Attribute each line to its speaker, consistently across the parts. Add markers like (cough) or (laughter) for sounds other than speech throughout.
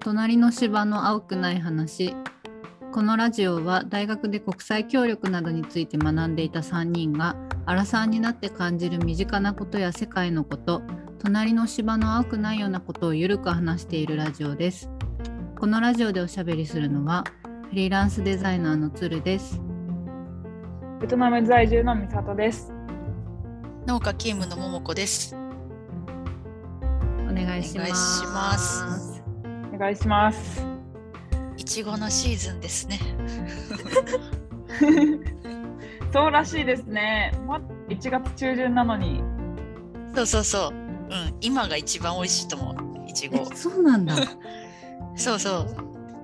Speaker 1: 隣の芝の青くない話このラジオは大学で国際協力などについて学んでいた3人がアラサーになって感じる身近なことや世界のこと隣の芝の青くないようなことをゆるく話しているラジオですこのラジオでおしゃべりするのはフリーランスデザイナーのつるです
Speaker 2: ベトナム在住の美里です。
Speaker 3: 農家勤務の桃子です。
Speaker 1: お願いします
Speaker 3: お願いします
Speaker 2: お願いします。
Speaker 3: いちごのシーズンですね。
Speaker 2: そうらしいですね。ま1月中旬なのに。
Speaker 3: そうそうそう。うん、今が一番美味しいと思う。いちご。
Speaker 1: えそうなん
Speaker 3: (laughs)
Speaker 1: だ
Speaker 3: そうそう。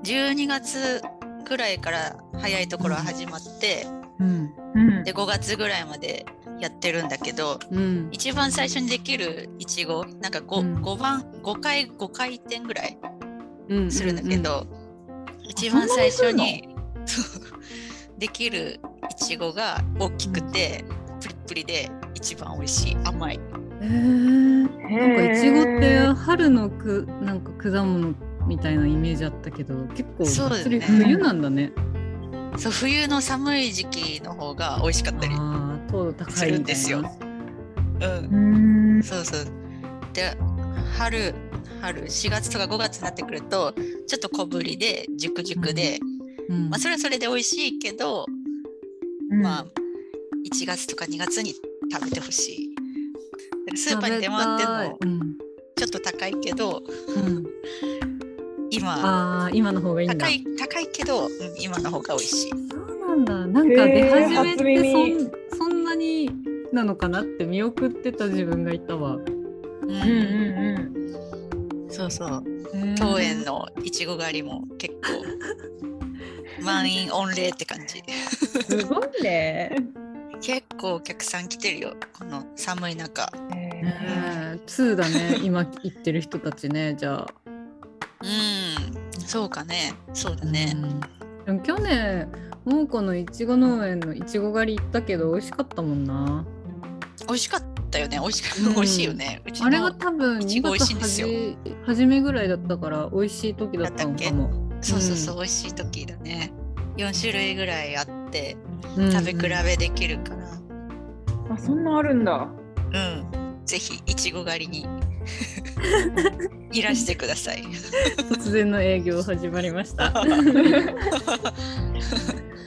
Speaker 3: 12月ぐらいから早いところは始まって、
Speaker 1: うん
Speaker 2: うん
Speaker 3: で5月ぐらいまでやってるんだけど、
Speaker 1: うん
Speaker 3: 一番最初にできるいちご、なんか 5,、
Speaker 1: うん
Speaker 3: 五番5回5回転ぐらい
Speaker 1: うん
Speaker 3: するんだけど、一番最初にそうできるいちごが大きくて、プリップリで一番美味しい甘い
Speaker 1: へーなんかいちごっ
Speaker 2: へ
Speaker 1: て
Speaker 2: ー
Speaker 1: 春のくなんか果物みたいなイメージあったけど結構
Speaker 3: そうだ
Speaker 1: そ
Speaker 3: よ
Speaker 1: れ
Speaker 3: ね
Speaker 1: 冬なんだね。
Speaker 3: そう冬の寒い時期の方が美味しかったり、
Speaker 1: ああ糖度高いみたい
Speaker 3: す
Speaker 1: な
Speaker 3: るんですようん
Speaker 2: う、ん。
Speaker 3: そうそうで春春4月とか5月になってくるとちょっと小ぶりで熟熟で、
Speaker 1: うん
Speaker 3: まあ、それはそれで美味しいけど、
Speaker 2: うん
Speaker 3: まあ1月とか2月に食べてほしいスーパーに出回ってるの
Speaker 1: 食べたいうん
Speaker 3: ちょっと高いけど
Speaker 1: うん
Speaker 3: 今
Speaker 1: ああ今の方がいいんだ。
Speaker 3: 高い高いけど、うん今の方が美味しい
Speaker 1: そうなんだなんか出始め
Speaker 2: へ
Speaker 1: てそ
Speaker 2: ー
Speaker 1: んそんなになのかなって見送ってた自分がいたわ。
Speaker 3: う
Speaker 2: うんうん
Speaker 3: そうそう
Speaker 1: 桃
Speaker 3: 当園のいちご狩りも結
Speaker 1: (laughs)
Speaker 3: 構満員御礼って感じ
Speaker 1: すごい
Speaker 2: (laughs)
Speaker 1: ね。
Speaker 3: 結構お客さん来てるよこの寒い中
Speaker 2: うん。え
Speaker 1: ねえ2だね今行ってる人たちねじゃあ。
Speaker 3: うんそうかねそうだね、
Speaker 1: うん、でも去年桃子のいちご農園のいちご狩り行ったけど美味しかったもんな
Speaker 3: 美味しかったよね美味しか、
Speaker 1: うん
Speaker 3: 美味しいよねうちの
Speaker 1: あれが多分2
Speaker 3: いちご美味しいんです
Speaker 1: 月
Speaker 3: よ
Speaker 1: 初初めぐらいだったから美味しい時だったのかも
Speaker 3: そうそうそうう美味しい時だね4種類ぐらいあって
Speaker 1: うん
Speaker 3: 食べ比べできるから
Speaker 2: あそんなあるんだ。
Speaker 3: うん、ぜひいちご
Speaker 1: (laughs)
Speaker 3: 狩りに (laughs) いらしてください
Speaker 1: 突然の営業始まりました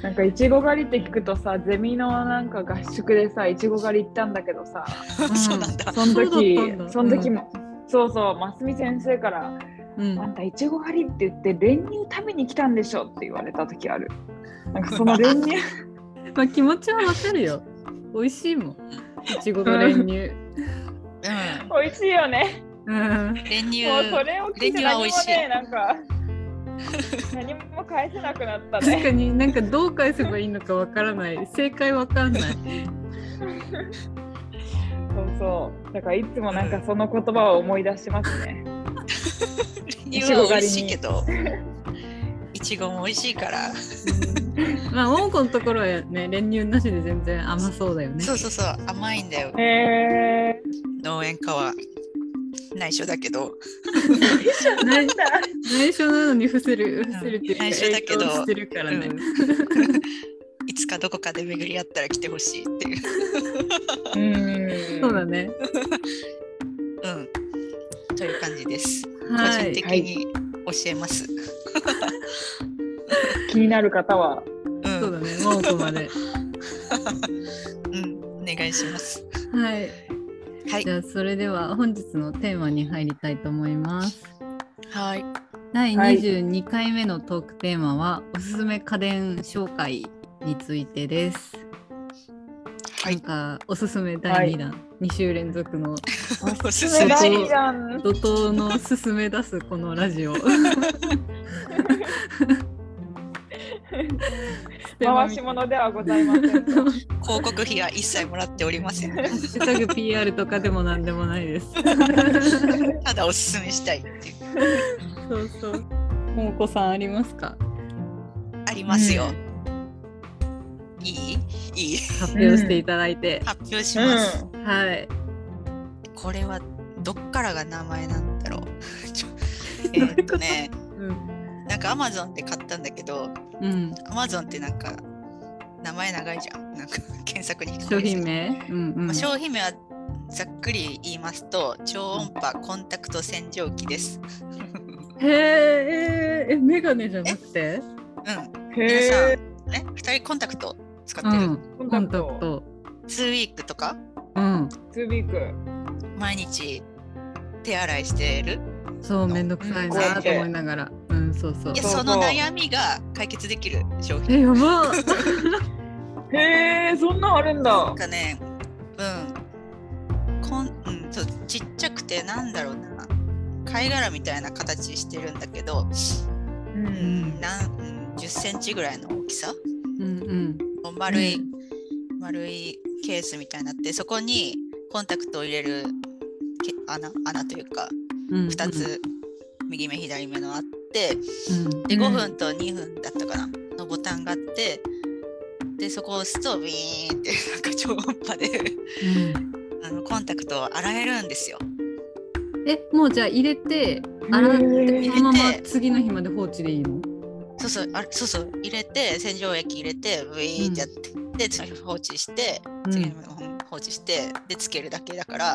Speaker 2: なんかいちご狩りって聞くとさ、ゼミのなんか合宿でさ、いちご狩り行ったんだけどさ、
Speaker 3: (laughs) そうなんだ
Speaker 2: その時
Speaker 1: そうだったんだ
Speaker 2: その時も、そうそう、ますみ先生から、
Speaker 1: うん
Speaker 2: あんたいちご狩りって言って練乳食べに来たんでしょって言われた時ある。なんかその練乳。
Speaker 1: まあ気持ちはわかるよ美味しいもんいちごと練乳
Speaker 3: う
Speaker 2: 美味しいよね。
Speaker 1: うん
Speaker 3: ん練乳
Speaker 2: もうそれを聞いて
Speaker 3: 練乳は
Speaker 2: 何も
Speaker 3: 美味しい
Speaker 2: ね、なんか何も返せなくなった
Speaker 1: 確 (laughs)
Speaker 2: ね。
Speaker 1: かになんかどう返せばいいのかわからない正解わかんない
Speaker 2: そうそう。だからいつもなんかその言葉を思い出しますね。
Speaker 3: 練乳は美味しいけどいちごも美味しいから
Speaker 1: まあ桃子のところはね練乳なしで全然甘そうだよね
Speaker 3: (laughs) そうそうそう甘いんだよ
Speaker 2: へえ
Speaker 3: 農園家は内緒だけど
Speaker 1: 内内緒なのに伏せる伏せるっていうか
Speaker 3: 内緒だけど
Speaker 1: 影響してるからね、
Speaker 3: うんいつかどこかで巡り合ったら来てほしいっていう、
Speaker 2: ー。うん。
Speaker 1: そうだね
Speaker 3: うん、という感じです、
Speaker 1: は
Speaker 3: 個人
Speaker 1: い
Speaker 3: 的に教えます、
Speaker 2: 気になる方は。
Speaker 3: うん
Speaker 1: そうだね桃子まで
Speaker 3: うん、お願いします
Speaker 1: はい
Speaker 3: はい
Speaker 1: じゃあそれでは本日のテーマに入りたいと思います
Speaker 3: はい
Speaker 1: 第
Speaker 2: はい
Speaker 1: 22回目のトークテーマは、おすすめ家電紹介についてですな
Speaker 3: は
Speaker 1: ん
Speaker 3: い
Speaker 1: かおすすめ第2弾、二2週連続の
Speaker 3: おす
Speaker 2: す
Speaker 3: す
Speaker 2: ご
Speaker 3: め
Speaker 1: 第
Speaker 2: いじゃん。
Speaker 1: 怒涛の勧め出すこのラジオ (laughs)
Speaker 2: 回し物ではございません。
Speaker 3: 広告費は一切もらっておりません
Speaker 1: ハッシュタグ PR とかでも何でもないです。
Speaker 3: ただおすすめしたいっていう
Speaker 1: そうそう。ももこさんありますか？
Speaker 3: ありますよ、いいいい
Speaker 1: 発表していただいて。
Speaker 3: 発表します、
Speaker 2: う
Speaker 1: はい。
Speaker 3: (laughs) これはどっからが名前なんだろうちょえーっとね
Speaker 1: うん。
Speaker 3: か Amazon で買ったんだけど、
Speaker 1: うん、
Speaker 3: Amazon ってなんか名前長いじゃん。なんか (laughs) 検索に引っかか
Speaker 1: 商
Speaker 3: りすぎ
Speaker 1: 品名、うんうん
Speaker 3: まあ、商品名はざっくり言いますと超音波コンタクト洗浄機です。
Speaker 1: へええメガネじゃなくて
Speaker 3: うん。皆さ
Speaker 2: へえ。
Speaker 3: ん、ね、二人コンタクト使
Speaker 1: う
Speaker 3: ってる。
Speaker 1: ん
Speaker 2: コン
Speaker 1: コ
Speaker 2: タ
Speaker 1: ン
Speaker 2: ク
Speaker 1: タ
Speaker 2: ト
Speaker 1: クト
Speaker 3: ツーウィークとか
Speaker 1: うん
Speaker 2: ツービーク。
Speaker 3: 毎日手洗いしてる。
Speaker 1: そうめんどくさいなと思いながらうんそうそう
Speaker 3: いや、
Speaker 2: そうそ
Speaker 3: そうの悩みが解決できる商品。
Speaker 1: えや (laughs) ば
Speaker 2: へえ、そんなんあるん
Speaker 3: なん
Speaker 2: だ。
Speaker 3: かね、うん。こんうん、そうちっちゃくてなんだろうな。貝殻みたいな形してるんだけど、
Speaker 2: う。
Speaker 3: うんん、なんうん10センチぐらいの大きさ
Speaker 1: うんうん
Speaker 3: 丸い、丸いケースみたいになってそこにコンタクトを入れるけ穴穴というか
Speaker 1: うん
Speaker 3: 2つ右目左目のあって
Speaker 1: うん
Speaker 3: で
Speaker 2: うん
Speaker 3: 5分と2分だったかなのボタンがあってでそこを押すとビーンってなんか超音波で
Speaker 1: うん
Speaker 3: あのコンタクトを洗えるんですよ。
Speaker 1: えもうじゃあ入れて洗っ
Speaker 2: へ
Speaker 1: て
Speaker 2: え
Speaker 1: そのまま次の日まで放置でいいの
Speaker 3: そうそうあそうそう入れて洗浄液入れてブイーンってやって、で次の日放置して
Speaker 1: うん
Speaker 3: 次の日放置してでつけるだけだから。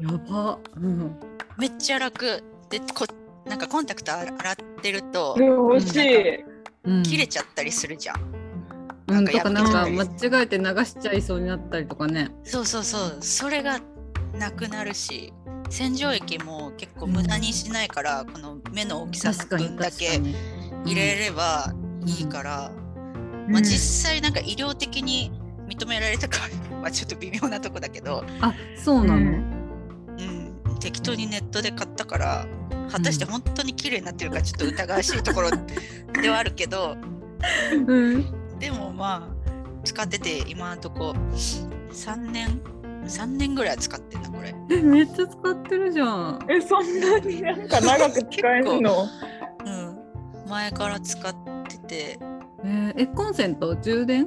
Speaker 1: やばうん
Speaker 3: めっちゃ楽でこなんかコンタクト洗ってると
Speaker 2: これ欲しい。
Speaker 1: うん
Speaker 3: 切れちゃったりするじゃん、
Speaker 1: うん
Speaker 3: なんか
Speaker 1: と
Speaker 3: やっ
Speaker 1: か
Speaker 3: て
Speaker 1: なんか
Speaker 3: ちょっ
Speaker 1: 間違えて流しちゃいそうになったりとかね
Speaker 3: そうそうそうそれがなくなるし洗浄液も結構無駄にしないから、この目の大きさの分だけ
Speaker 1: に
Speaker 3: 入れればいいから、まあ、実際なんか医療的に認められたかは (laughs) ちょっと微妙なとこだけど、
Speaker 1: あそうな
Speaker 2: う
Speaker 1: の
Speaker 2: ん
Speaker 3: うん、適当にネットで買ったから果たして本当に綺麗になってるかちょっと疑わしいところではあるけど。 (laughs)
Speaker 1: うん
Speaker 3: でもまあ使ってて今のとこ3年3年ぐらい使ってんだこれ
Speaker 1: えめっちゃ使ってるじゃん
Speaker 2: え、そんなになんか長く使えるの。
Speaker 3: うん前から使ってて
Speaker 1: えーえコンセント充電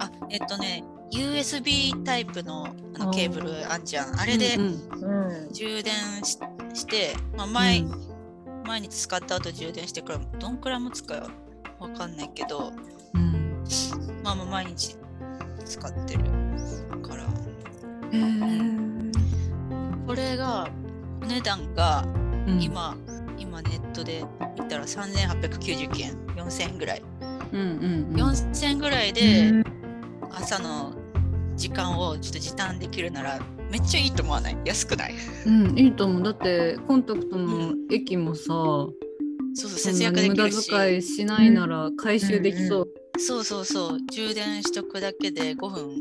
Speaker 3: あえっとね USB タイプのあ
Speaker 1: あ
Speaker 3: の
Speaker 1: ー
Speaker 3: ケーブルあんじゃんあれで
Speaker 1: うん
Speaker 2: うん。
Speaker 3: 充電しして、まあ、毎
Speaker 1: うん
Speaker 3: 毎日使った後充電してからどんくらいも使うわかんないけど
Speaker 1: うん
Speaker 3: まあまあ毎日使ってるから
Speaker 1: えー
Speaker 3: これがお値段が
Speaker 1: うん
Speaker 3: 今今ネットで見たら3899円4000円ぐらい
Speaker 1: うんうんうん
Speaker 3: 4000円ぐらいで朝の時間をちょっと時短できるならめっちゃいいと思わない安くない
Speaker 1: うん、いいと思う。だってコンタクトも液もさ、
Speaker 3: そうそう
Speaker 1: そ
Speaker 3: 節
Speaker 1: んな
Speaker 3: 約
Speaker 1: に
Speaker 3: で
Speaker 1: 無
Speaker 3: き
Speaker 1: 駄
Speaker 3: るし
Speaker 1: 遣いしないなら回収できそう。
Speaker 3: そうそうそう充電しとくだけで5分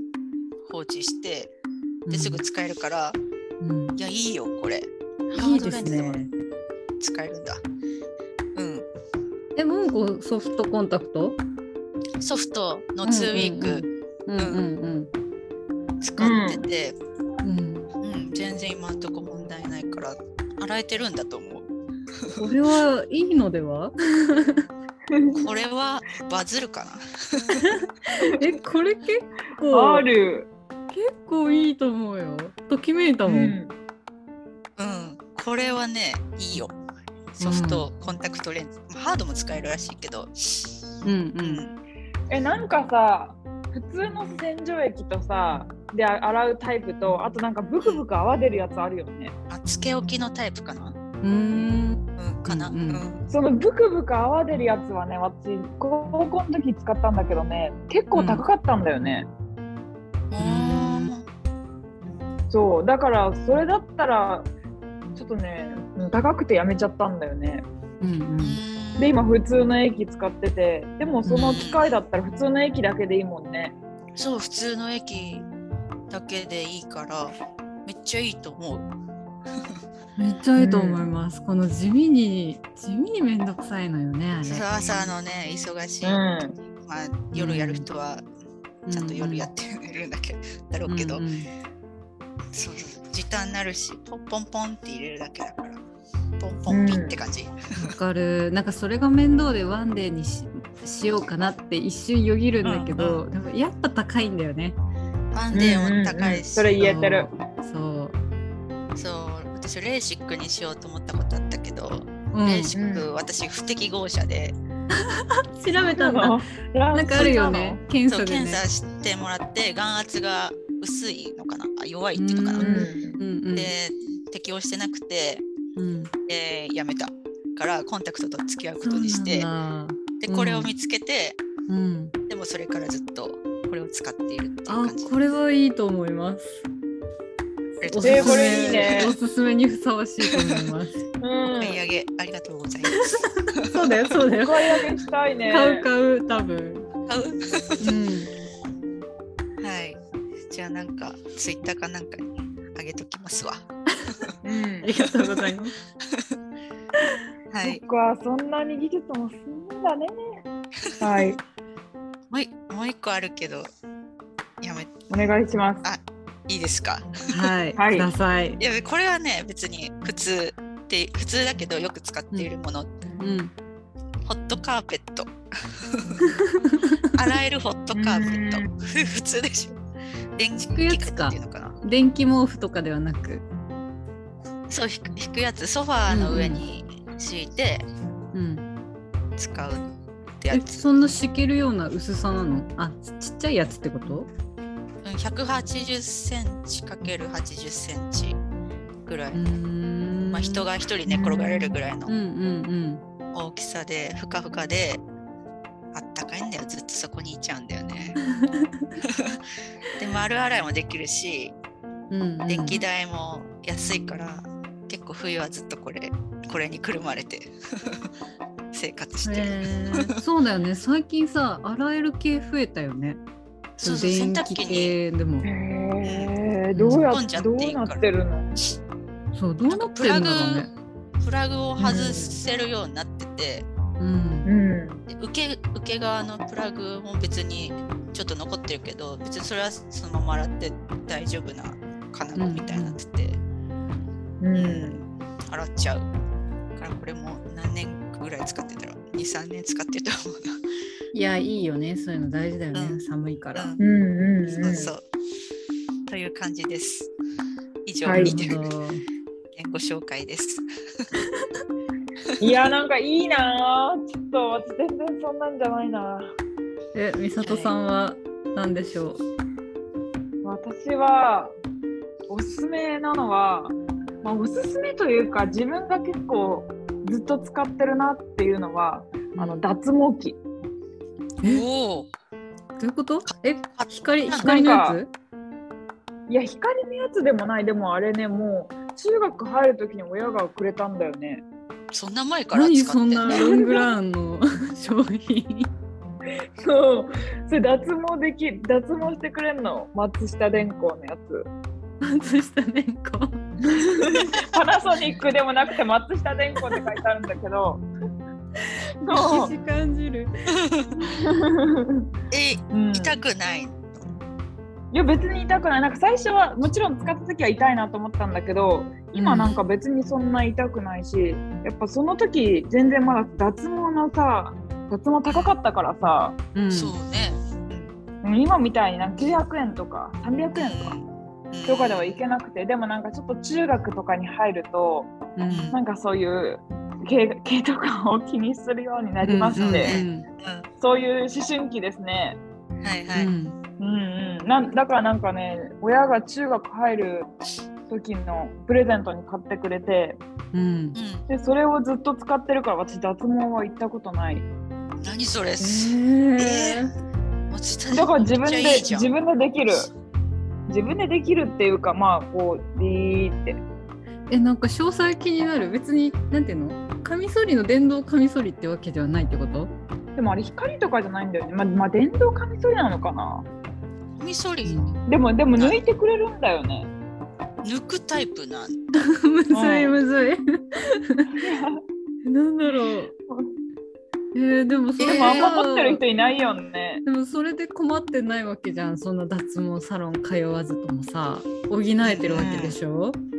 Speaker 3: 放置してですぐ使えるから、
Speaker 1: うん、
Speaker 3: いやいいよこ
Speaker 1: い
Speaker 3: れ
Speaker 1: いです
Speaker 3: ハードレ
Speaker 1: ね
Speaker 3: ン。ズ使えるんだうん
Speaker 1: え、もんこソフトコンタクト？
Speaker 3: ソフトの2ウィーク
Speaker 1: うんうん
Speaker 3: 使ってて、
Speaker 1: うん。うん。
Speaker 3: うん、全然今んとこ問題ないから洗えてるんだと思う
Speaker 1: これはいいのでは？
Speaker 3: これはバズるかな
Speaker 1: え、これ結構
Speaker 2: ある。
Speaker 1: 結構いいと思うよ。ときめいたもん。
Speaker 3: うんこれはねいいよソフト、コンタクトレンズまあハードも使えるらしいけど
Speaker 1: うんう。
Speaker 3: うんん
Speaker 2: えなんかさ普通の洗浄液とさであ洗うタイプとあとなんかブクブク泡出るやつあるよね
Speaker 3: あつけ置きのタイプかな
Speaker 1: うーん。
Speaker 3: うんかな
Speaker 1: う
Speaker 3: うんん、
Speaker 1: うん
Speaker 2: そのブクブク泡出るやつはね私高校の時使ったんだけどね結構高かったんだよね、
Speaker 3: あ
Speaker 2: そうだからそれだったらちょっとねうん高くてやめちゃったんだよね
Speaker 1: うんうん
Speaker 3: ーうん
Speaker 2: で今普通の液使っててでもその機械だったら普通の液だけでいいもんね
Speaker 3: そう普通の駅だけでいいからめっちゃいいと思う
Speaker 1: めっちゃいいと思います。この地味に地味にめんどくさいのよね。あれ
Speaker 3: そう朝のね忙しい、
Speaker 2: う
Speaker 3: まあ夜やる人はちゃんと夜やってるんだけど、だろうけど、
Speaker 1: うんうん
Speaker 3: そうそう時短になるしポンポンポンって入れるだけだからポンポンピンって感じ、
Speaker 1: わかるなんかそれが面倒でワンデーにししようかなって一瞬よぎるんだけど、でもやっぱ高いんだよね
Speaker 3: 安定
Speaker 2: うんう
Speaker 3: も高
Speaker 2: んうん
Speaker 3: いし、
Speaker 2: それ言えてる
Speaker 1: そう
Speaker 3: そう私レーシックにしようと思ったことあったけど、
Speaker 1: うん
Speaker 3: レーシック、
Speaker 2: うん
Speaker 3: 私不適合者で
Speaker 1: 調べたんだ。
Speaker 2: な
Speaker 1: なんかあるよね。。検
Speaker 3: そう
Speaker 1: 査で
Speaker 3: 検
Speaker 1: ね。
Speaker 3: 査してもらって眼圧が薄いのかなあ弱いって
Speaker 1: う
Speaker 3: いうのかな、
Speaker 1: んうんうん
Speaker 3: で適応してなくて、
Speaker 1: うん。
Speaker 3: えーやめたからコンタクトと付き合うことにして
Speaker 1: そうなんだ
Speaker 3: で
Speaker 1: うん
Speaker 3: これを見つけて、
Speaker 1: うん。
Speaker 3: でもそれからずっとこれを使っているっていう
Speaker 1: あ
Speaker 3: 感じ、
Speaker 1: これはいいと思います。
Speaker 3: ありがと
Speaker 1: お
Speaker 3: う
Speaker 1: す
Speaker 3: ござい
Speaker 2: えーこ
Speaker 3: ます
Speaker 2: れいいね
Speaker 1: おすすめにふさわしいと思い
Speaker 2: (laughs)
Speaker 1: ます。
Speaker 2: うん。
Speaker 3: 買い上げありがとうございます。
Speaker 1: そうだよ、そうだよ。
Speaker 2: 買い上げしたい
Speaker 1: (laughs)
Speaker 2: ね。
Speaker 1: 買う買う、多
Speaker 2: (laughs)
Speaker 1: 分。
Speaker 3: 買う
Speaker 1: うん。
Speaker 3: はい。じゃあなんかツイッターかなんかにあげときますわ。
Speaker 2: うん
Speaker 1: ありがとうございます。
Speaker 3: はい。
Speaker 2: 僕はそんなに技術も進んだね。はい、
Speaker 3: もういもう一個あるけどやめ
Speaker 2: お願いします。
Speaker 3: いいですか。
Speaker 1: はい、
Speaker 2: はい
Speaker 1: ください
Speaker 3: い。やこれはね別に普通って普通だけどよく使っているもの。
Speaker 1: うん。
Speaker 3: ホットカーペッ (laughs) ト。洗えるホットカーペット。普通でしょ。電気
Speaker 1: 敷くやつか
Speaker 3: っていうのかな。
Speaker 1: 電気毛布とかではなく。
Speaker 3: そう引く引くやつソファーの上に敷いて
Speaker 1: うん。
Speaker 3: 使うってや
Speaker 1: え、
Speaker 3: つ。
Speaker 1: そんな敷けるような薄さなの。あ、ちっちゃいやつってこと。
Speaker 3: うん180センチかける80センチぐらい、
Speaker 1: うーん。
Speaker 3: まあ、人
Speaker 1: が。
Speaker 3: が一人寝転がれるぐらい
Speaker 1: うん
Speaker 3: の
Speaker 1: うん
Speaker 3: 大きさでふかふかであったかいんだよずっとそこにいちゃうんだよね。
Speaker 1: (laughs)
Speaker 3: で丸洗いもできるし
Speaker 1: うん。うん、うん。
Speaker 3: 電気代も安いから結構冬はずっとこれこれにくるまれて (laughs) 生活してる。
Speaker 1: へーそうだよね最近さ洗える系増えたよね
Speaker 3: そうそう洗
Speaker 1: 電
Speaker 3: 濯
Speaker 1: 気
Speaker 3: 機に
Speaker 1: 系でも
Speaker 2: えー、どうや
Speaker 3: 突っ込んじゃ
Speaker 2: っ
Speaker 3: って
Speaker 2: ど
Speaker 3: いいか
Speaker 2: う
Speaker 3: ら
Speaker 2: なってるの？
Speaker 1: そうどうなってるんだろうね
Speaker 3: プラグを外せるようになってて、
Speaker 1: うん
Speaker 2: うん。
Speaker 3: で受け受け側のプラグも別にちょっと残ってるけど別にそれはそのまま洗って大丈夫な金具みたいになってて、
Speaker 2: う
Speaker 3: うん
Speaker 2: ん。
Speaker 3: 洗っちゃうからこれも何年ぐらい使ってたら23年使ってると思う
Speaker 1: いやいいよねそういうの大事だよね、
Speaker 3: うん
Speaker 1: 寒いから、
Speaker 3: な、うん
Speaker 2: うんうん
Speaker 3: そうそうという感じです以上
Speaker 2: はい
Speaker 3: に
Speaker 1: なるほど
Speaker 3: ご紹介です、
Speaker 2: いやなんかいいなー。ちょっと私全然そんなんじゃないな。
Speaker 1: え美里さんは何でしょう、
Speaker 2: 私はおすすめなのは、まあおすすめというか自分が結構ずっと使ってるなっていうのはあの脱毛器。
Speaker 1: え
Speaker 3: おお
Speaker 1: どういうことえ
Speaker 3: あ
Speaker 1: 光
Speaker 3: なんか
Speaker 1: 光のや
Speaker 2: いや光のやつでもないでもあれねもう中学入る時に親がくれたんだよね (laughs)
Speaker 3: そんな前
Speaker 1: つ
Speaker 3: から
Speaker 1: 何
Speaker 3: 使って
Speaker 1: そん
Speaker 3: ん
Speaker 1: な
Speaker 3: ね
Speaker 1: ロングランの (laughs) 商品
Speaker 2: そうそれ脱毛でき脱毛してくれんの松下電工のやつ
Speaker 1: 松下ねこ
Speaker 2: パナソニックでもなくて松下電工って書いてあるんだけどそう
Speaker 1: う感じる
Speaker 3: え
Speaker 2: うん、
Speaker 3: 痛くない
Speaker 2: いや別に痛くないなんか最初はもちろん使った時は痛いなと思ったんだけど今なんか別にそんな痛くないしやっぱその時全然まだ脱毛のさ脱毛高かったからさ
Speaker 1: うん
Speaker 3: そうね
Speaker 2: うん今みたいになんか900円とか300円とか
Speaker 3: うん
Speaker 2: とかではいけなくてでもなんかちょっと中学とかに入ると
Speaker 1: うん
Speaker 2: なんかそういう毛 (laughs) 毛とかを気にするようになりまして、
Speaker 1: うん
Speaker 2: そういう思春期ですね。
Speaker 3: うんはいはい、
Speaker 1: うん
Speaker 2: うんうん、なんだからなんかね親が中学入る時のプレゼントに買ってくれて
Speaker 1: うん
Speaker 3: う
Speaker 2: でそれをずっと使ってるから私脱毛は行ったことない
Speaker 3: ん、何それ、
Speaker 1: えー
Speaker 2: だから自分で
Speaker 3: めっちゃいいじゃん
Speaker 2: 自分でできる自分でできるっていうかまあこうビーって
Speaker 1: えなんか詳細気になる別になんていうのカミソリの電動カミソリってわけではないってこと (laughs)
Speaker 2: でもあれ光とかじゃないんだよね。まあ、まあ、電動カミソリなのかな。
Speaker 3: カミソリ
Speaker 2: でも、でも抜いてくれるんだよ
Speaker 3: (laughs)
Speaker 2: ね。
Speaker 3: 抜くタイプなん
Speaker 1: むずいむずい (laughs) なんだろうえー、でもそ
Speaker 2: で
Speaker 1: れ
Speaker 2: も、あんま
Speaker 1: さ
Speaker 2: 持ってる人いないよね。
Speaker 1: でもそれで困ってないわけじゃんそんな脱毛サロン通わずともさ補えてるわけでしょ、
Speaker 2: うん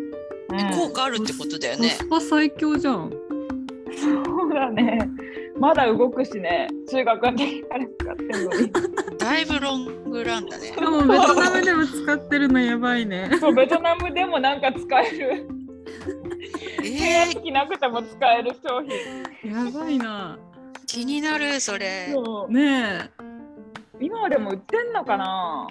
Speaker 3: 効果あるってことだよ
Speaker 1: コ
Speaker 3: ね
Speaker 1: ス。パ最強じゃん
Speaker 2: そうだね。まだ動くしね。中学の時から使ってるのに。
Speaker 3: だいぶロングラン
Speaker 2: (laughs)
Speaker 3: だね。
Speaker 1: でもベトナムでも使ってるのやばいね
Speaker 2: そう、ベトナムでもなんか使える。
Speaker 3: え
Speaker 2: 手機なくても使える商品。
Speaker 1: やばいな
Speaker 3: 気になるそれ
Speaker 2: そう
Speaker 1: ね
Speaker 2: 今はでも売ってんのかな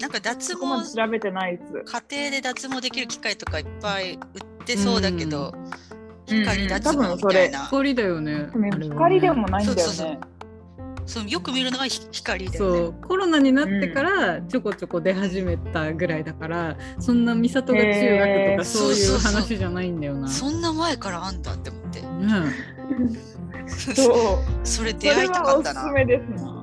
Speaker 3: なんか脱
Speaker 2: そこま
Speaker 3: 毛
Speaker 2: で調べてないっす。
Speaker 3: 家庭で脱毛できる機械とかいっぱい売ってそうだけど、
Speaker 2: うん
Speaker 3: 光脱
Speaker 2: 多
Speaker 3: 毛
Speaker 2: 分
Speaker 3: み
Speaker 2: そ
Speaker 3: たい
Speaker 2: れ。
Speaker 1: え
Speaker 3: な、
Speaker 1: 光だよね
Speaker 2: でも
Speaker 1: あれはね
Speaker 2: 光でもないんだよ
Speaker 3: そうそう
Speaker 2: ね。
Speaker 3: そうよく見るのはひ光だよ
Speaker 1: そ
Speaker 3: ね
Speaker 1: うコロナになってからちょこちょこ出始めたぐらいだから、そんな美里が中学と
Speaker 2: へー
Speaker 1: かそうい
Speaker 3: そううそうそう
Speaker 1: 話じゃないんだよな。
Speaker 3: そんな前からあんだって思って
Speaker 1: ね
Speaker 2: そう。
Speaker 3: (laughs) それ
Speaker 2: そ
Speaker 3: 出会
Speaker 2: れ
Speaker 3: いたか
Speaker 2: は
Speaker 3: っ
Speaker 2: お
Speaker 3: た
Speaker 2: す
Speaker 3: な
Speaker 2: すめですな。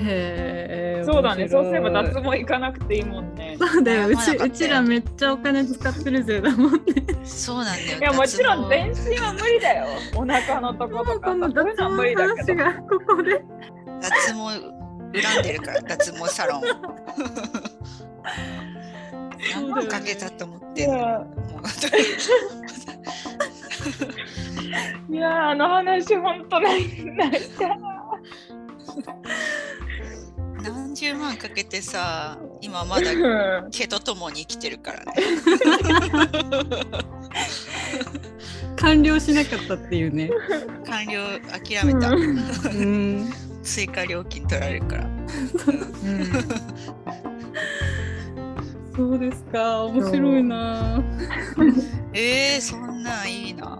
Speaker 1: へー
Speaker 2: そうだね。
Speaker 1: 面
Speaker 2: そ
Speaker 1: 白いう
Speaker 2: すれば脱毛行かなくていいもんね。
Speaker 1: そうだよう
Speaker 3: 悩まな
Speaker 1: ち
Speaker 3: かった
Speaker 1: うちらめっちゃお金使ってるぜだもんね。
Speaker 3: そうなんだよ
Speaker 2: いやもちろん
Speaker 3: 脱毛
Speaker 2: 全身は無理だよ。お腹のとこ
Speaker 1: こ
Speaker 2: とかさ
Speaker 1: の
Speaker 2: そう
Speaker 1: 脱
Speaker 2: いうのは無
Speaker 1: 毛
Speaker 2: 理
Speaker 1: の
Speaker 2: だけ
Speaker 1: 話
Speaker 2: ど。
Speaker 1: がここで。
Speaker 3: 脱毛恨んでるから脱毛
Speaker 2: (laughs)
Speaker 3: サロン何万かけたと思ってんの
Speaker 2: いや
Speaker 3: もう
Speaker 2: いやーあの話本当に泣いた。
Speaker 3: 何十万かけてさ今まだ
Speaker 2: うん
Speaker 3: 毛と共に生きてるからね
Speaker 1: 完了しなかったっていうね。
Speaker 3: 完了諦めた、
Speaker 2: う
Speaker 1: うん。
Speaker 3: 追加料金取られるから
Speaker 1: そうですか面白いな。
Speaker 3: えー、そんなんいいな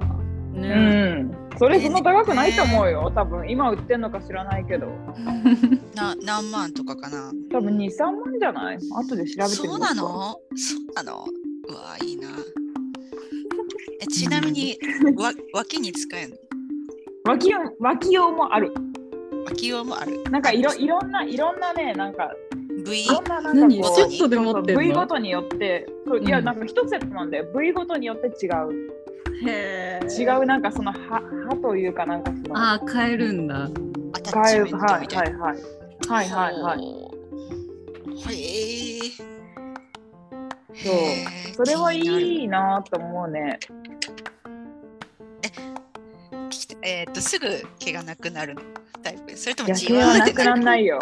Speaker 2: う
Speaker 1: ね。
Speaker 2: ん。それそんな高くないと思うよ。多分今売ってんのか知らないけど。
Speaker 3: な何万とかかな
Speaker 2: 多分2、3万じゃない後で調べてみ
Speaker 3: そう
Speaker 2: ます
Speaker 3: なのそうなのうわいいなえちなみにわ脇に使える
Speaker 2: 脇用脇用もある。
Speaker 3: の脇用もある
Speaker 2: なんかいろいろんないろんなねなんか
Speaker 3: V
Speaker 2: いろんななん
Speaker 1: 何
Speaker 2: か
Speaker 1: セ
Speaker 2: こ
Speaker 1: ットで持っ
Speaker 2: う
Speaker 1: てんの。
Speaker 2: 部位ごとによってそういや
Speaker 1: うん
Speaker 2: なんか一セットなんだよ部位ごとによって違う
Speaker 1: へー
Speaker 2: 違うなんかその歯歯というかなんかその
Speaker 1: ああ変えるんだ。
Speaker 3: アタ
Speaker 2: 変
Speaker 3: ッチ
Speaker 2: える
Speaker 3: メント
Speaker 2: はい
Speaker 3: みた
Speaker 2: はいいはいはい
Speaker 3: な
Speaker 2: はいはい
Speaker 3: はいへえ
Speaker 2: そうそれはいいなと思うね
Speaker 3: えーっとすぐ毛がなくなるタイプそれとも
Speaker 2: 野
Speaker 3: じ
Speaker 2: 球
Speaker 3: わ
Speaker 2: は
Speaker 3: ーっ
Speaker 2: な
Speaker 3: て
Speaker 2: く
Speaker 3: な
Speaker 2: な
Speaker 3: る
Speaker 2: んないよ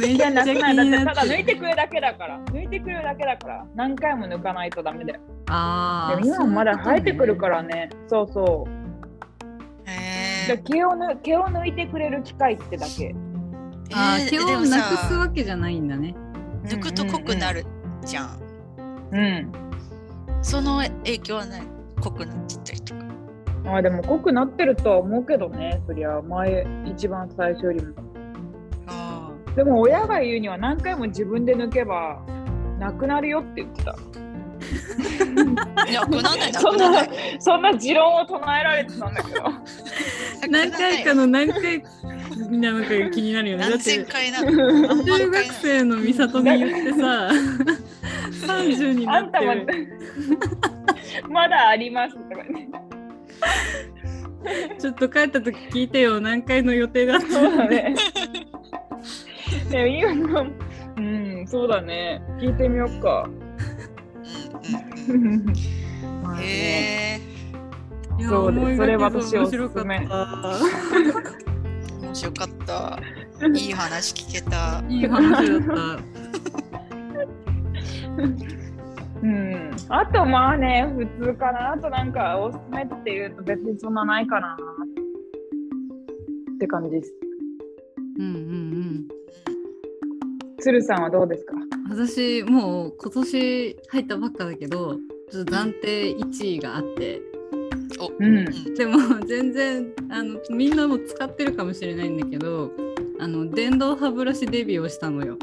Speaker 1: めっ
Speaker 2: (laughs) い
Speaker 1: ち
Speaker 2: や
Speaker 1: ゃ
Speaker 2: な
Speaker 1: 気
Speaker 2: く
Speaker 1: に
Speaker 2: なる
Speaker 1: な
Speaker 2: だって
Speaker 1: った
Speaker 2: だ
Speaker 1: て
Speaker 2: 抜いてくるだけだから抜いてくるだけだから何回も抜かないとダメだよで
Speaker 1: あ
Speaker 2: も
Speaker 1: あ。。
Speaker 2: 今もまだ生えてくるかららねそうそう
Speaker 3: へ
Speaker 2: だか
Speaker 3: ー
Speaker 2: ら毛をぬ毛を抜いてくれる機械ってだけ
Speaker 1: あ
Speaker 3: え
Speaker 1: あ
Speaker 3: ー
Speaker 1: 毛
Speaker 3: で
Speaker 1: を
Speaker 3: も
Speaker 1: な
Speaker 3: さ
Speaker 1: くすわけじゃないんだね。
Speaker 3: 抜くと濃くな
Speaker 2: る
Speaker 3: るじゃん。
Speaker 2: うん
Speaker 3: その影響はない。濃くなっちゃったりとか。
Speaker 2: まあでも濃くなってるとは思うけどねそりゃ前一番最初よりも
Speaker 3: あ
Speaker 2: でも親が言うには何回も自分で抜けばなくなるよって言ってた
Speaker 3: あ。いや、なくなんない。な
Speaker 2: そん
Speaker 3: くなんな。
Speaker 2: ないそんな持論を唱えられてたんだけど
Speaker 1: 何回か
Speaker 3: の。
Speaker 1: の何回なのかが気になるよね。だっ
Speaker 3: 何
Speaker 1: て
Speaker 3: 千回なの。何
Speaker 1: 中
Speaker 3: 万
Speaker 1: 学
Speaker 3: 回
Speaker 1: 生
Speaker 3: なの
Speaker 1: の美里に言ってさ、30にな
Speaker 2: あ
Speaker 1: っ
Speaker 2: ん
Speaker 1: て
Speaker 2: たま
Speaker 1: る。
Speaker 2: (laughs) まだありますとかね
Speaker 1: ちょっと帰った時聞いてよ何回の予定だった
Speaker 2: そう
Speaker 1: の
Speaker 2: だね (laughs) でも今のうんそうだね聞いてみようか
Speaker 3: うんうんうん。へえ。
Speaker 1: いや
Speaker 2: そうです
Speaker 1: 思いが
Speaker 2: それ
Speaker 1: け
Speaker 2: 私
Speaker 1: ず
Speaker 2: お
Speaker 1: 面
Speaker 2: すすめ
Speaker 1: 白かった
Speaker 3: 面白かった。いい話聞けた。
Speaker 1: いい話だっ
Speaker 2: うん、あとまあね普通かなあとなんかおすすめっていうと別にそんなないかなって感じです
Speaker 1: たうんうん
Speaker 2: 鶴さんはどうですか
Speaker 1: うん私もう今年入ったばっかだけどちょっと暫定1位があって
Speaker 3: お。
Speaker 2: うん
Speaker 3: うん
Speaker 1: でも (laughs) 全然あのみんなも使ってるかもしれないんだけどあの電動歯ブラシデビューをしたのよ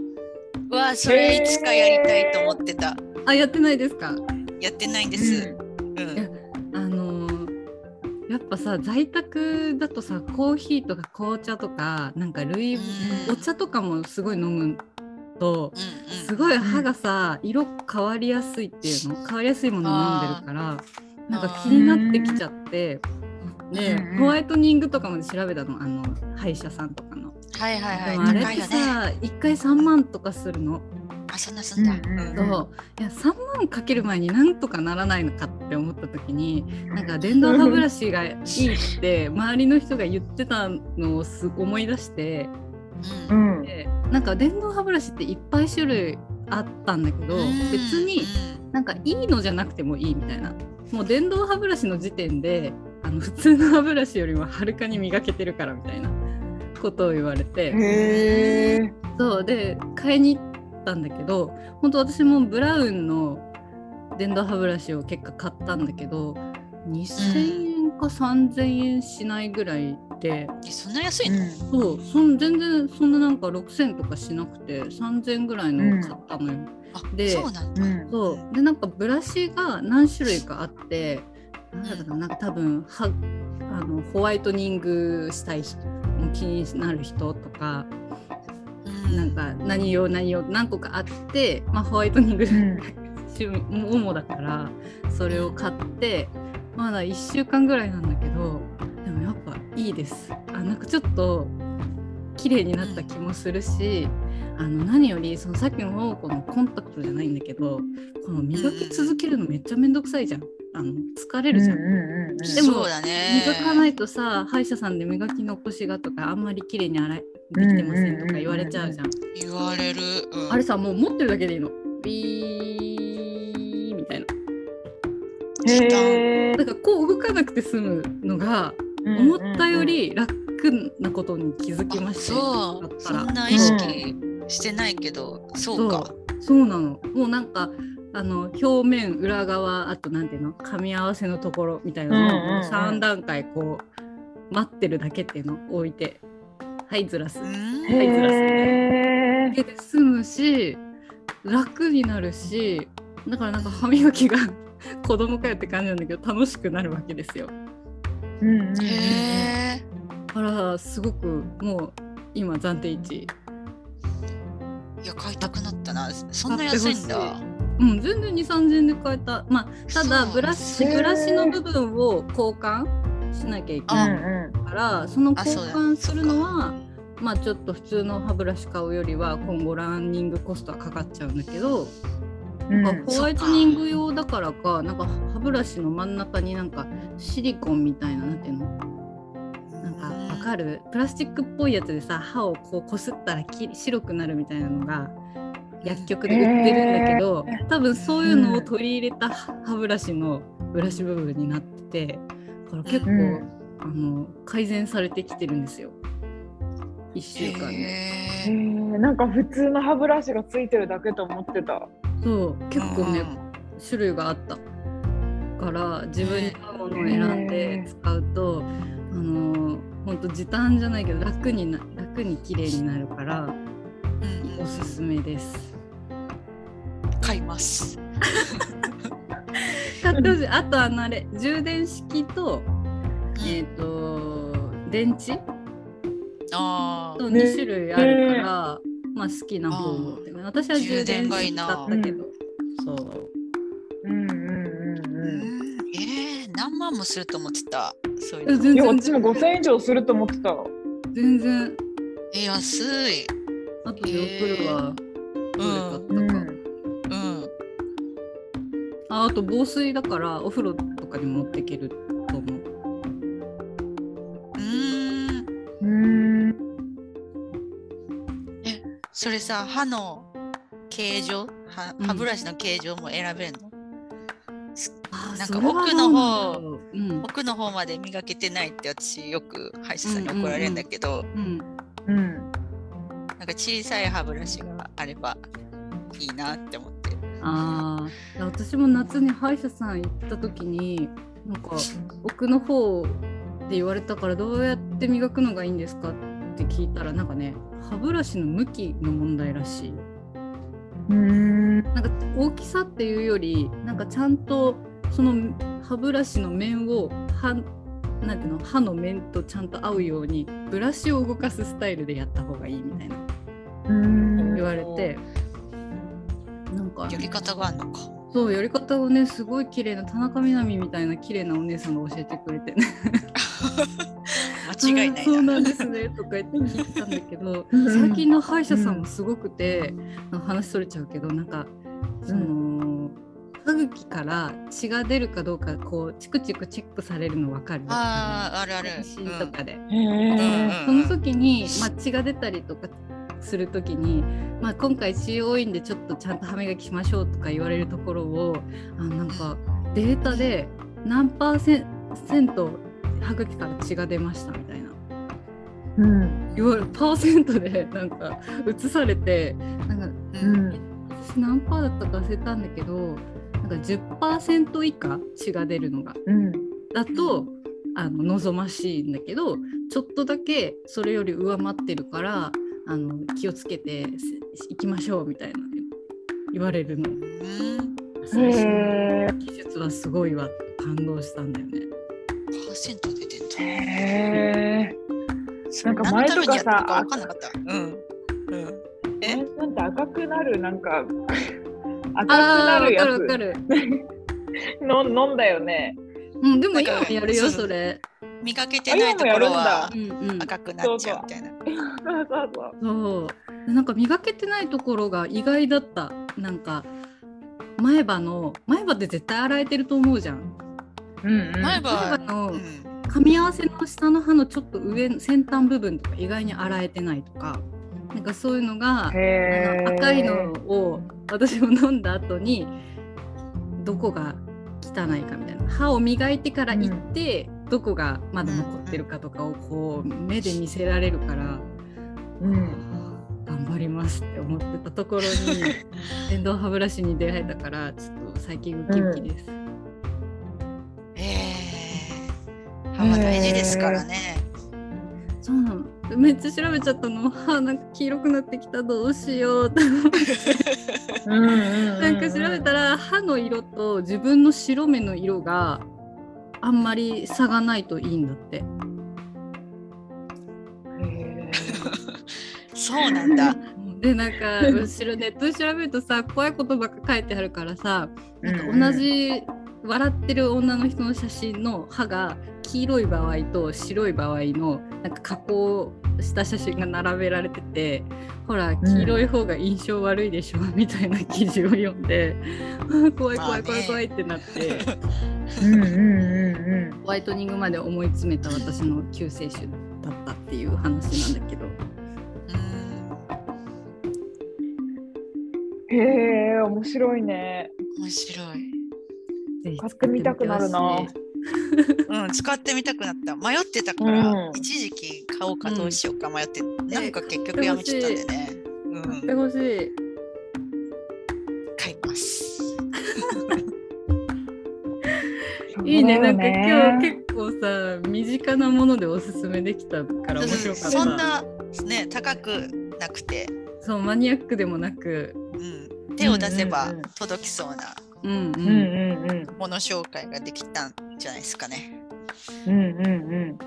Speaker 3: うわあ、それいつかやりたいと思ってた。
Speaker 1: あやってないですか
Speaker 3: やってないんで。
Speaker 2: です
Speaker 3: う
Speaker 1: いや
Speaker 3: ん。
Speaker 1: あのーやっぱさ在宅だとさコーヒーとか紅茶とかなんか類
Speaker 3: うん
Speaker 1: お茶とかもすごい飲むと
Speaker 3: うんうん。
Speaker 1: すごい歯がさ色変わりやすいっていうの変わりやすいもの飲んでるからなんか気になってきちゃってで
Speaker 2: うん
Speaker 1: ホワイトニングとかまで調べたのあの歯医者さんとかの。
Speaker 3: はいはい
Speaker 1: でも
Speaker 3: は
Speaker 1: あ
Speaker 3: い。
Speaker 1: れっ
Speaker 3: 高い
Speaker 1: て
Speaker 3: よね。
Speaker 1: さ1回3万とかするの。
Speaker 3: あ、そんなそんな。
Speaker 2: うんうん
Speaker 1: そういや3万かける前になんとかならないのかって思った時になんか電動歯ブラシがいいって周りの人が言ってたのをす思い出して
Speaker 3: うん
Speaker 2: う。ん
Speaker 1: でなんか電動歯ブラシっていっぱい種類あったんだけど
Speaker 3: うん
Speaker 1: 別に
Speaker 3: うん
Speaker 1: なんかいいのじゃなくてもいいみたいなもう電動歯ブラシの時点であの普通の歯ブラシよりもはるかに磨けてるからみたいなことを言われて
Speaker 2: へえ。
Speaker 1: そうで買いに行ったんだけど本当私もブラウンの電動歯ブラシを結果買ったんだけど2,000円か3,000円しないぐらいで、
Speaker 3: えそんな安いの、
Speaker 2: う
Speaker 1: そうそん全然そんななんか6,000とかしなくて3,000ぐらいのを買ったのよ。
Speaker 3: あ
Speaker 1: で
Speaker 3: そうなんだ、
Speaker 2: ん。う
Speaker 3: うん
Speaker 2: ん。
Speaker 1: そうでなんかブラシが何種類かあってなんだったかななんか多分はあのホワイトニングしたい人もう気になる人とかなんか何用何用何個かあって、まあ、ホワイトニング
Speaker 2: うん
Speaker 1: 趣味主だからそれを買ってまだ1週間ぐらいなんだけどでもやっぱいいですあなんかちょっと綺麗になった気もするしあの何よりそのさっきの桃子のコンタクトじゃないんだけどこの磨き続けるのめっちゃめんどくさいじゃんあの疲れるじゃん。
Speaker 2: うん。
Speaker 1: でも
Speaker 3: そうだね
Speaker 1: 磨かないとさ歯医者さんで磨き残しがとかあんまり綺麗に洗いできてませんとか言われちゃうじゃん。
Speaker 3: 言われる、うん
Speaker 1: あれさもう持ってるだけでいいの。ビーみたいな。
Speaker 3: 時短
Speaker 2: へえ
Speaker 1: だ。からこう動かなくて済むのが思ったよ。り楽なことに気づきま
Speaker 3: あ
Speaker 1: した
Speaker 3: そ
Speaker 1: だっ
Speaker 3: う
Speaker 1: た
Speaker 3: そ
Speaker 1: ら
Speaker 3: んな意識してないけど、そうか
Speaker 1: そうなのもうなんかあの表面裏側あとなんていうの噛み合わせのところみたいな
Speaker 2: うんうん
Speaker 1: の
Speaker 2: う
Speaker 1: を
Speaker 2: ん
Speaker 1: 3段階こう待ってるだけっていうのを置いてはいずらす
Speaker 3: う
Speaker 1: っ
Speaker 3: ん
Speaker 2: へえ。
Speaker 1: てで済むし楽になるしだからなんか歯磨きが (laughs) 子供かよって感じなんだけど楽しくなるわけですよ。
Speaker 2: うんうんうん。
Speaker 3: へー
Speaker 1: だからすごくもう今暫定1位。
Speaker 3: いや買いたくなったなそんな安いん
Speaker 1: 買って
Speaker 3: だ
Speaker 1: うん、全然2、3000円で買えた。まあ、ただ
Speaker 3: そう
Speaker 1: ブラシ、
Speaker 2: へー
Speaker 1: ブラシの部分を交換しなきゃいけ
Speaker 2: うん
Speaker 1: ない
Speaker 2: うん。
Speaker 1: から、その
Speaker 3: あ
Speaker 1: 交
Speaker 3: そうだ
Speaker 1: 換するのは、まあちょっと普通の歯ブラシ買うよりは今後ランニングコストはかかっちゃうんだけど、
Speaker 2: うん
Speaker 1: なんかホワイトニング用だからかなんか歯ブラシの真ん中になんかシリコンみたいななんていうのなんかわかるプラスチックっぽいやつでさ歯をこうこすったらき白くなるみたいなのが薬局で売ってるんだけど、多分そういうのを取り入れた歯ブラシのブラシ部分になっててだから結構、
Speaker 2: うん
Speaker 1: あの改善されてきてるんですよ1週間で。
Speaker 2: へ
Speaker 3: へー
Speaker 2: ーなんか普通の歯ブラシがついてるだけと思ってた。
Speaker 1: そう結構ね、
Speaker 3: うん
Speaker 1: 種類があったから自分に合うものを選んで使うと、あの本当時短じゃないけど楽にな楽に綺麗になるから
Speaker 3: うん
Speaker 1: おすすめです。
Speaker 3: 買います
Speaker 1: 買ってほしいあとあのあれ充電式と,、え
Speaker 3: うん
Speaker 1: ー、と電池
Speaker 3: あ
Speaker 1: と
Speaker 3: ー
Speaker 1: 2種類あるから、まあ、好きな方をってね私は充
Speaker 3: 充
Speaker 1: 電
Speaker 3: 電がいい
Speaker 1: 式
Speaker 3: な
Speaker 1: だったけど、そう
Speaker 2: うんうんうんう
Speaker 3: う
Speaker 2: ん。
Speaker 3: んえー何万もすると思ってたそういう
Speaker 1: 全
Speaker 3: の
Speaker 1: 然
Speaker 2: いや、私も5000円以上すると思ってた。
Speaker 1: 全然
Speaker 3: え安い
Speaker 1: あとヨックルはど
Speaker 2: う
Speaker 1: れ買ったか。
Speaker 2: ん。
Speaker 3: うん
Speaker 1: ああと防水だからお風呂とかに持っていけると思う。
Speaker 3: うん
Speaker 2: うん。
Speaker 3: それさ歯の形状歯
Speaker 1: うん
Speaker 3: 歯ブラシの形状も選べるの、
Speaker 1: あ
Speaker 3: なんか奥の方
Speaker 1: うん
Speaker 3: 奥の方まで磨けてないって私よく歯医者さんに怒られるんだけど、
Speaker 1: うん、
Speaker 2: うん。
Speaker 3: なんか小さい歯ブラシがあればいいなって思って。
Speaker 1: ああ私も夏に歯医者さん行った時になんか奥の方って言われたからどうやって磨くのがいいんですかって聞いたらなんかね歯ブラシの向きの問題らしいよ
Speaker 2: うん。
Speaker 1: なんか大きさっていうよりなんかちゃんとその歯ブラシの面を歯なんていうの歯の面とちゃんと合うようにブラシを動かすスタイルでやった方がいいみたいな
Speaker 2: うん
Speaker 1: 言われてなんか
Speaker 3: やり方があるのか。
Speaker 1: そうやり方をねすごい綺麗な田中みな実みたいな綺麗なお姉さんが教えてくれてねあー
Speaker 3: 間違いない
Speaker 1: (laughs) そう
Speaker 3: な。
Speaker 1: なんですねとか言って聞いてたんだけど
Speaker 2: うん
Speaker 1: 最近の歯医者さんもすごくて、あの話それちゃうけどなんかその歯茎から血が出るかどうかこうチクチクチェックされるの分かる
Speaker 3: ああ、あるある。
Speaker 1: 写真とかで、
Speaker 2: へえ。
Speaker 1: その時に、まあ、血が出たりとかする時に、まあ、今回血多いんでちょっとちゃんと歯磨きしましょうとか言われるところをあなんかデータで何パーセント歯茎から血が出ましたみたいな
Speaker 2: うん。
Speaker 3: うん
Speaker 1: 言われパーセントでなんか移されてなんか、
Speaker 2: うん
Speaker 1: 私何パーだったか忘れたんだけどなんか10%以下血が出るのが
Speaker 2: うん
Speaker 1: だとあの望ましいんだけどちょっとだけそれより上回ってるからあの気をつけていきましょうみたいな言われるの。
Speaker 3: うん
Speaker 1: そ
Speaker 2: へ
Speaker 1: れ
Speaker 2: え
Speaker 1: 技術はすごいわ感動したんだよね。
Speaker 3: パーセント出てんだ。
Speaker 2: へえなんか
Speaker 3: 何
Speaker 2: 前
Speaker 3: の
Speaker 2: と
Speaker 3: ために
Speaker 2: か
Speaker 3: や
Speaker 2: さ
Speaker 3: ったのか分かんなかった。うん。うん。え
Speaker 2: なんか赤くなるなんか赤く
Speaker 1: あ
Speaker 2: な
Speaker 1: あー
Speaker 2: る
Speaker 1: わか
Speaker 2: や
Speaker 1: るわか
Speaker 2: つ
Speaker 1: る。
Speaker 2: の飲んだよね
Speaker 1: うんでも
Speaker 3: な
Speaker 1: 今
Speaker 3: んか
Speaker 1: もやるよ
Speaker 3: そう
Speaker 1: それ。
Speaker 3: 磨けてないところは
Speaker 1: うんうん。
Speaker 3: 赤くなっちゃうみたいな。
Speaker 2: そうそうそう
Speaker 1: そうなんか磨けてないところが意外だったなんか前歯の前歯って絶対洗えてると思うじゃん
Speaker 2: うんうん
Speaker 1: 前
Speaker 3: 前歯
Speaker 1: 歯の
Speaker 3: うん
Speaker 1: 噛み合わせの下の歯のちょっと上先端部分とか意外に洗えてないとかなんかそういうのがあ
Speaker 2: へ
Speaker 1: の
Speaker 2: ー
Speaker 1: 赤いのを私も飲んだ後にどこが汚いかみたいな歯を磨いてから行って、どこがまだ残ってるかとかをこう目で見せられるから。
Speaker 2: うん
Speaker 1: 頑張りますって思ってたところ
Speaker 2: (laughs)
Speaker 1: に電動歯ブラシに出会えたからちょっと最近ウキウキです、
Speaker 3: えー歯は大事ですからね。
Speaker 1: そうなのめっちゃ調べちゃったの歯なんか黄色くなってきたどうしようと思って
Speaker 2: うんうんうん
Speaker 1: なんか調べたら歯の色と自分の白目の色があんまり差がないといいんだって
Speaker 2: へ
Speaker 3: そうなんだ。
Speaker 1: でなん (laughs) か後ろネットで調べるとさ怖いことばっか書いてあるからさ
Speaker 2: ー
Speaker 1: なんか同じ笑ってる女の人の写真の歯が黄色い場合と白い場合のなんか加工した写真が並べられててほら黄色い方が印象悪いでしょ、みたいな記事を読んであ (laughs) 怖い怖い怖い怖いってなって、
Speaker 2: うんうんうんうん
Speaker 1: ホワイトニングまで思い詰めた私の救世主だったっていう話なんだけど
Speaker 3: うん
Speaker 2: へえ面白いね
Speaker 3: 面白い。
Speaker 1: ぜひ
Speaker 2: 買ってみたくなるな
Speaker 1: 使ってみてほしい
Speaker 3: うん、使ってみたくなった。迷ってたから、
Speaker 2: うん
Speaker 3: 一時期買おうかどうしようか迷って、なんか結
Speaker 1: え
Speaker 3: 局やめちゃったんでね。う
Speaker 1: 買って
Speaker 3: ん、
Speaker 1: ほしい。
Speaker 3: 買います。
Speaker 1: いいね、なんか
Speaker 2: そうだよ
Speaker 1: 今日
Speaker 2: ね
Speaker 1: 結構さ、身近なものでおすすめできたから面白かった。
Speaker 3: そんなね高くなくて、
Speaker 1: そう、マニアックでもなく、
Speaker 3: うん、手を出せば
Speaker 2: うんうんうん
Speaker 3: 届きそうな
Speaker 1: うんう、
Speaker 2: うんんうんうん
Speaker 3: もの紹介ができたんじゃないですかね。
Speaker 2: うんうんうん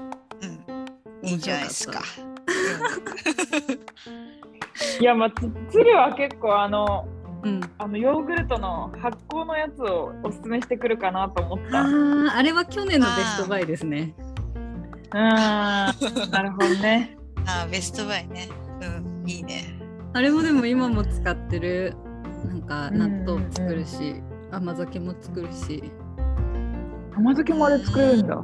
Speaker 3: うん、いいんじゃないですか。
Speaker 2: いやまあつ鶴は結構あの
Speaker 1: うん
Speaker 2: あのヨーグルトの発酵のやつをおすすめしてくるかなと思った。うん
Speaker 1: ああ、あれは去年のベストバイですね。
Speaker 2: なるほどね。
Speaker 3: うんあーベストバイね。うん、いいね。
Speaker 1: あれもでも今も使ってる、なんか納豆作るし、甘酒も作るし、
Speaker 2: 甘漬けもあれ作れるんだ。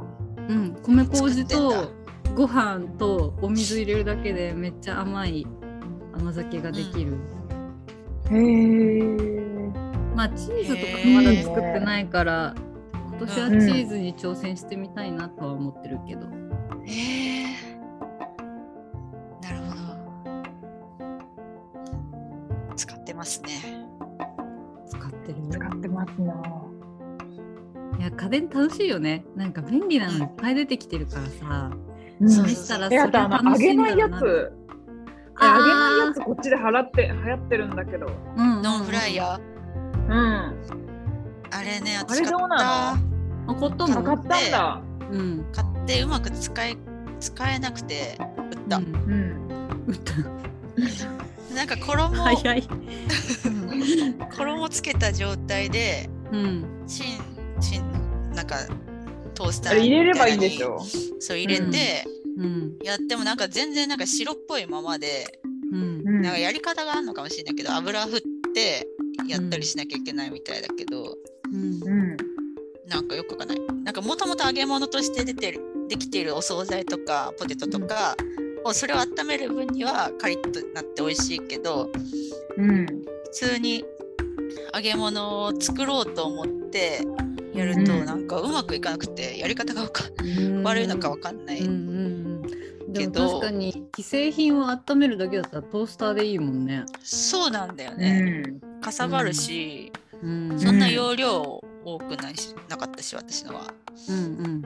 Speaker 1: うん、米麹
Speaker 3: 作っ
Speaker 1: と
Speaker 3: て
Speaker 1: ご飯とお水入れるだけでめっちゃ甘い甘酒ができる。
Speaker 2: へえ。
Speaker 1: まあチーズとかまだ作ってないから、今年はチーズに挑戦してみたいなとは思ってるけど、
Speaker 3: えー、なるほど。使ってますね。
Speaker 1: 使ってる
Speaker 2: 使ってますな。
Speaker 1: いや家電楽しいよねなんか便利なのいっぱい出てきてるからさ、
Speaker 2: うん
Speaker 3: そう
Speaker 1: 試したらそ
Speaker 2: え
Speaker 1: れ
Speaker 2: あと
Speaker 1: は
Speaker 2: あの揚
Speaker 1: 楽しい
Speaker 2: げ
Speaker 1: ん
Speaker 2: な
Speaker 1: だ
Speaker 2: いや
Speaker 1: ろう
Speaker 2: つ。
Speaker 1: な
Speaker 2: え揚げないやつこっちで払って流行ってるんだけど。
Speaker 1: あーうん
Speaker 3: ノンフライヤー。
Speaker 2: うん。
Speaker 3: あれね、
Speaker 2: あ
Speaker 3: 私
Speaker 2: れ
Speaker 3: 買っ
Speaker 2: どうな
Speaker 3: た。
Speaker 1: あコットン
Speaker 2: あ買
Speaker 1: も
Speaker 2: ったんだ。
Speaker 1: うん
Speaker 3: 買ってうまく使い使えなくて売った。
Speaker 2: (laughs)
Speaker 1: うん (laughs)
Speaker 2: うん。
Speaker 1: 打った
Speaker 3: なんか衣
Speaker 1: 早い
Speaker 3: 衣つけた状態で
Speaker 1: うん
Speaker 3: チンチンなんかトースタ
Speaker 2: あ
Speaker 3: ー
Speaker 2: れ入れれ
Speaker 3: みた
Speaker 2: ば
Speaker 3: ない
Speaker 2: いんで
Speaker 3: に
Speaker 2: しょ。
Speaker 3: そう入れて、
Speaker 1: うん
Speaker 3: やってもなんか全然なんか白っぽいままで、
Speaker 1: うん
Speaker 2: うん
Speaker 3: なんかやり方があるのかもしれないけど油振ってやったりしなきゃいけないみたいだけど、
Speaker 1: うん
Speaker 2: うん。
Speaker 3: なんかよくわかんないなんかもともと揚げ物として出てるできているお惣菜とかポテトとか、をそれを温める分にはカリッとなって美味しいけど
Speaker 2: うん。
Speaker 3: 普通に揚げ物を作ろうと思ってやると
Speaker 2: うん
Speaker 3: なんかうまくいかなくてやり方がわかん悪いのかわかんない、
Speaker 1: うんうんうんで
Speaker 3: け
Speaker 1: も
Speaker 3: ど
Speaker 1: 確かに既製品を温めるだけだったらトースターでいいもんね。
Speaker 3: そうなんだよ
Speaker 2: う
Speaker 3: ね、
Speaker 2: ん。
Speaker 3: かさばるし、
Speaker 1: うん、うん
Speaker 3: そんな容量多くないしなかったし私のは
Speaker 1: うん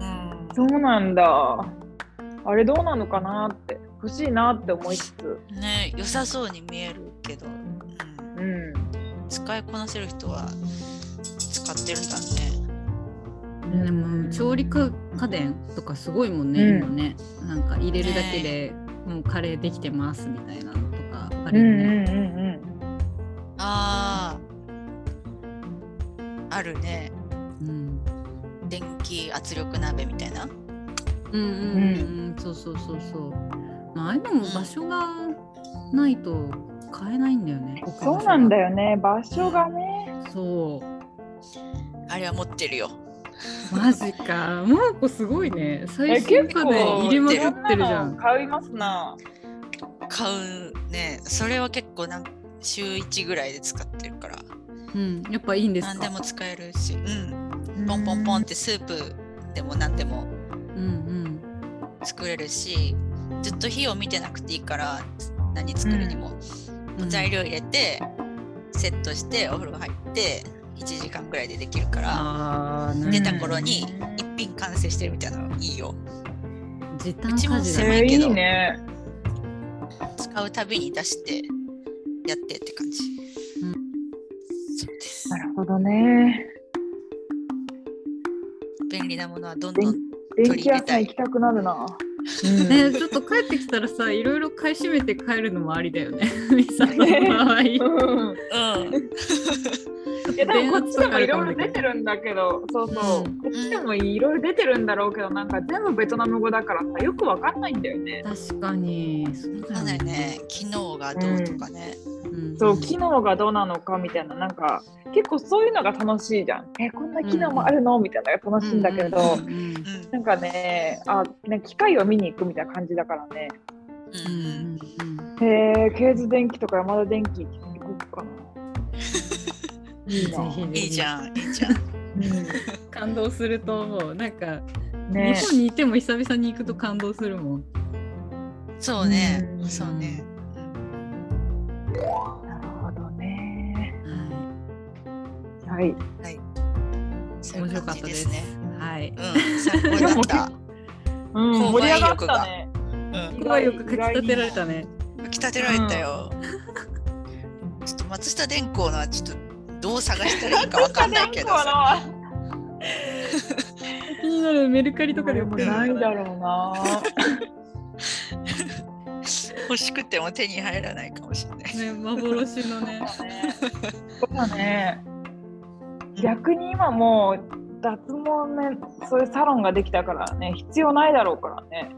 Speaker 3: うん
Speaker 2: そうなんだ。あれどうなのかなって、欲しいなって思いつつ、
Speaker 3: ね良さそうに見えるけど、うん
Speaker 2: うん。
Speaker 3: 使いこなせる人は使ってるんだね
Speaker 1: うん。でも調理家電とかすごいもんね、
Speaker 2: うん
Speaker 1: 今ね。なんか入れるだけでもうカレーできてますみたいなのとかあ
Speaker 2: う
Speaker 1: る
Speaker 2: ん
Speaker 1: よ
Speaker 2: うん
Speaker 1: ね。
Speaker 2: うん
Speaker 3: あああるね
Speaker 1: うん
Speaker 3: 電気圧力鍋みたいな
Speaker 1: うんうんうんうん、そうそうそうそう。まあ、ああいうのも場所がないと買えないんだよね
Speaker 2: うん。。そうなんだ
Speaker 1: よ。
Speaker 2: よね。場所がね。
Speaker 1: そう。
Speaker 3: あれは持ってるよ
Speaker 1: マジか。モーコすごいね。
Speaker 2: え
Speaker 1: 最新
Speaker 2: 結
Speaker 1: 家
Speaker 2: 構
Speaker 1: 電入れまく
Speaker 3: や
Speaker 1: ってるじゃ。
Speaker 2: そなんの買いますな。
Speaker 3: 買うねそれは結構なん週1ぐらいで使ってるから
Speaker 1: うん、やっぱいいんです
Speaker 3: 何
Speaker 1: か。
Speaker 3: でも使えるし、うん、ポンポンポンってスープでも何でも
Speaker 1: うん
Speaker 3: 作れるしずっと火を見てなくていいから何作るにも、
Speaker 1: うんうん。
Speaker 3: 材
Speaker 1: 料
Speaker 3: 料入れてセットしてお風呂入って1時間ぐらいでできるから
Speaker 1: ああ、なるほど
Speaker 3: 出
Speaker 2: 出
Speaker 3: た頃に
Speaker 2: うん
Speaker 3: 一品完成してるみたいなのいいよ
Speaker 1: 時短家事
Speaker 3: うち
Speaker 1: だ
Speaker 3: も
Speaker 1: ね。
Speaker 3: 狭
Speaker 2: えー、
Speaker 3: い
Speaker 2: い
Speaker 3: けど
Speaker 2: いね。
Speaker 3: 使うたびに出してやってって感じ、
Speaker 1: うん
Speaker 3: そうです
Speaker 2: なるほどね。
Speaker 3: 便利なものはどんどん
Speaker 2: 電気屋さん行きたくなるな。うん
Speaker 1: ね、ちょっと帰ってきたらさ、いろいろ買い占めて帰るのもありだよね。 (laughs) ミサの場合。
Speaker 2: うん
Speaker 3: (laughs) うん
Speaker 2: いやでもこっちでもいろいろ出てるんだけど、そうそう、
Speaker 1: うん
Speaker 2: こっちでもいろいろ出てるんだろうけど、なんか全部ベトナム語だからさ、よくわかんないんだよね。
Speaker 1: 確かに。そうだ
Speaker 3: か
Speaker 1: よ
Speaker 3: なりね機能がどうとかね、
Speaker 1: うん
Speaker 2: そう、機能がどうなのかみたいな、なんか結構そういうのが楽しいじゃん。え、こんな機能もあるのみたいなのが楽しいんだけど、
Speaker 1: うんうん
Speaker 3: うん
Speaker 2: なんかね、あ、ね、機械を見に行くみたいな感じだからね。
Speaker 1: う
Speaker 3: うん
Speaker 1: んうん
Speaker 2: へえ、ケーズ電機とか山田電機行こうかな。いいな。
Speaker 1: うん。
Speaker 3: いいじ
Speaker 1: ん。
Speaker 3: ゃんいいじゃん
Speaker 2: う
Speaker 1: 感動すると思う。なんか、
Speaker 2: ん、ね
Speaker 1: 日本にいても久々に行くと感動するもん。
Speaker 3: そうね
Speaker 2: うん
Speaker 3: そうね
Speaker 2: なるほどね。
Speaker 1: は
Speaker 2: はい。
Speaker 3: そ
Speaker 1: い。
Speaker 3: う
Speaker 1: 面
Speaker 3: いう
Speaker 1: 白か
Speaker 3: 感
Speaker 1: っ
Speaker 3: じ
Speaker 1: た
Speaker 3: で
Speaker 1: ですす
Speaker 3: ね。
Speaker 1: はい。
Speaker 3: うん参考になった
Speaker 2: うん、
Speaker 3: 購
Speaker 2: 盛り
Speaker 3: 買
Speaker 2: 上
Speaker 3: 意
Speaker 2: がっ
Speaker 3: 欲が
Speaker 2: たね。
Speaker 3: うん
Speaker 1: 声よくかき立てられたね。
Speaker 3: 浮き立てられたよ、ちょっと松下電工のはちょっとどう探したらいいかわかんないけど (laughs) さ
Speaker 2: さ。
Speaker 1: 気になるメルカリと
Speaker 2: と
Speaker 1: か
Speaker 2: か
Speaker 1: で
Speaker 2: で
Speaker 1: も
Speaker 2: も
Speaker 1: 買える
Speaker 2: な
Speaker 1: か
Speaker 2: い
Speaker 1: な
Speaker 2: だろうな。
Speaker 3: 欲しくても手に入らないかもしれない
Speaker 1: ね、幻のね。
Speaker 2: そうだね。逆に今もう脱毛ね、そういうサロンができたからね、必要ないだろうからね。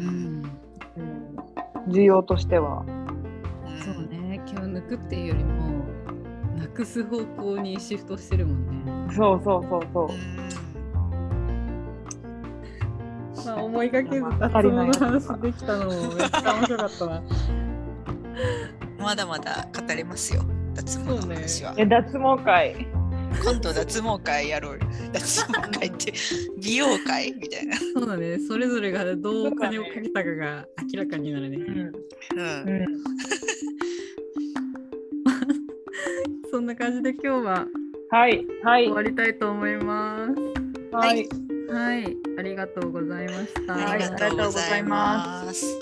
Speaker 3: うん
Speaker 1: うん。
Speaker 2: うん、需要としては。
Speaker 3: うん
Speaker 1: そうね、気を抜くっていうよりも、なくす方向にシフトしてるもんね。
Speaker 2: そうそうそうそうう。
Speaker 3: ん
Speaker 1: まあ、思いがけず脱毛の話できたのもめっちゃ面白かったわ。
Speaker 3: まだまだ語れますよ脱毛の話は、
Speaker 2: え、脱毛会。
Speaker 3: 今度脱毛会や (laughs) ろうよ脱毛会って美容会みたいな
Speaker 1: そうだね、それぞれがどうお金をかけたかが明らかになるね
Speaker 2: う。ん。
Speaker 3: うん
Speaker 2: うん。
Speaker 1: そんな感じで今日は
Speaker 2: はい。はい
Speaker 1: 終。わりたいと思います。
Speaker 2: はい。
Speaker 1: はい、ありがとうございました。
Speaker 3: ありがとうございます。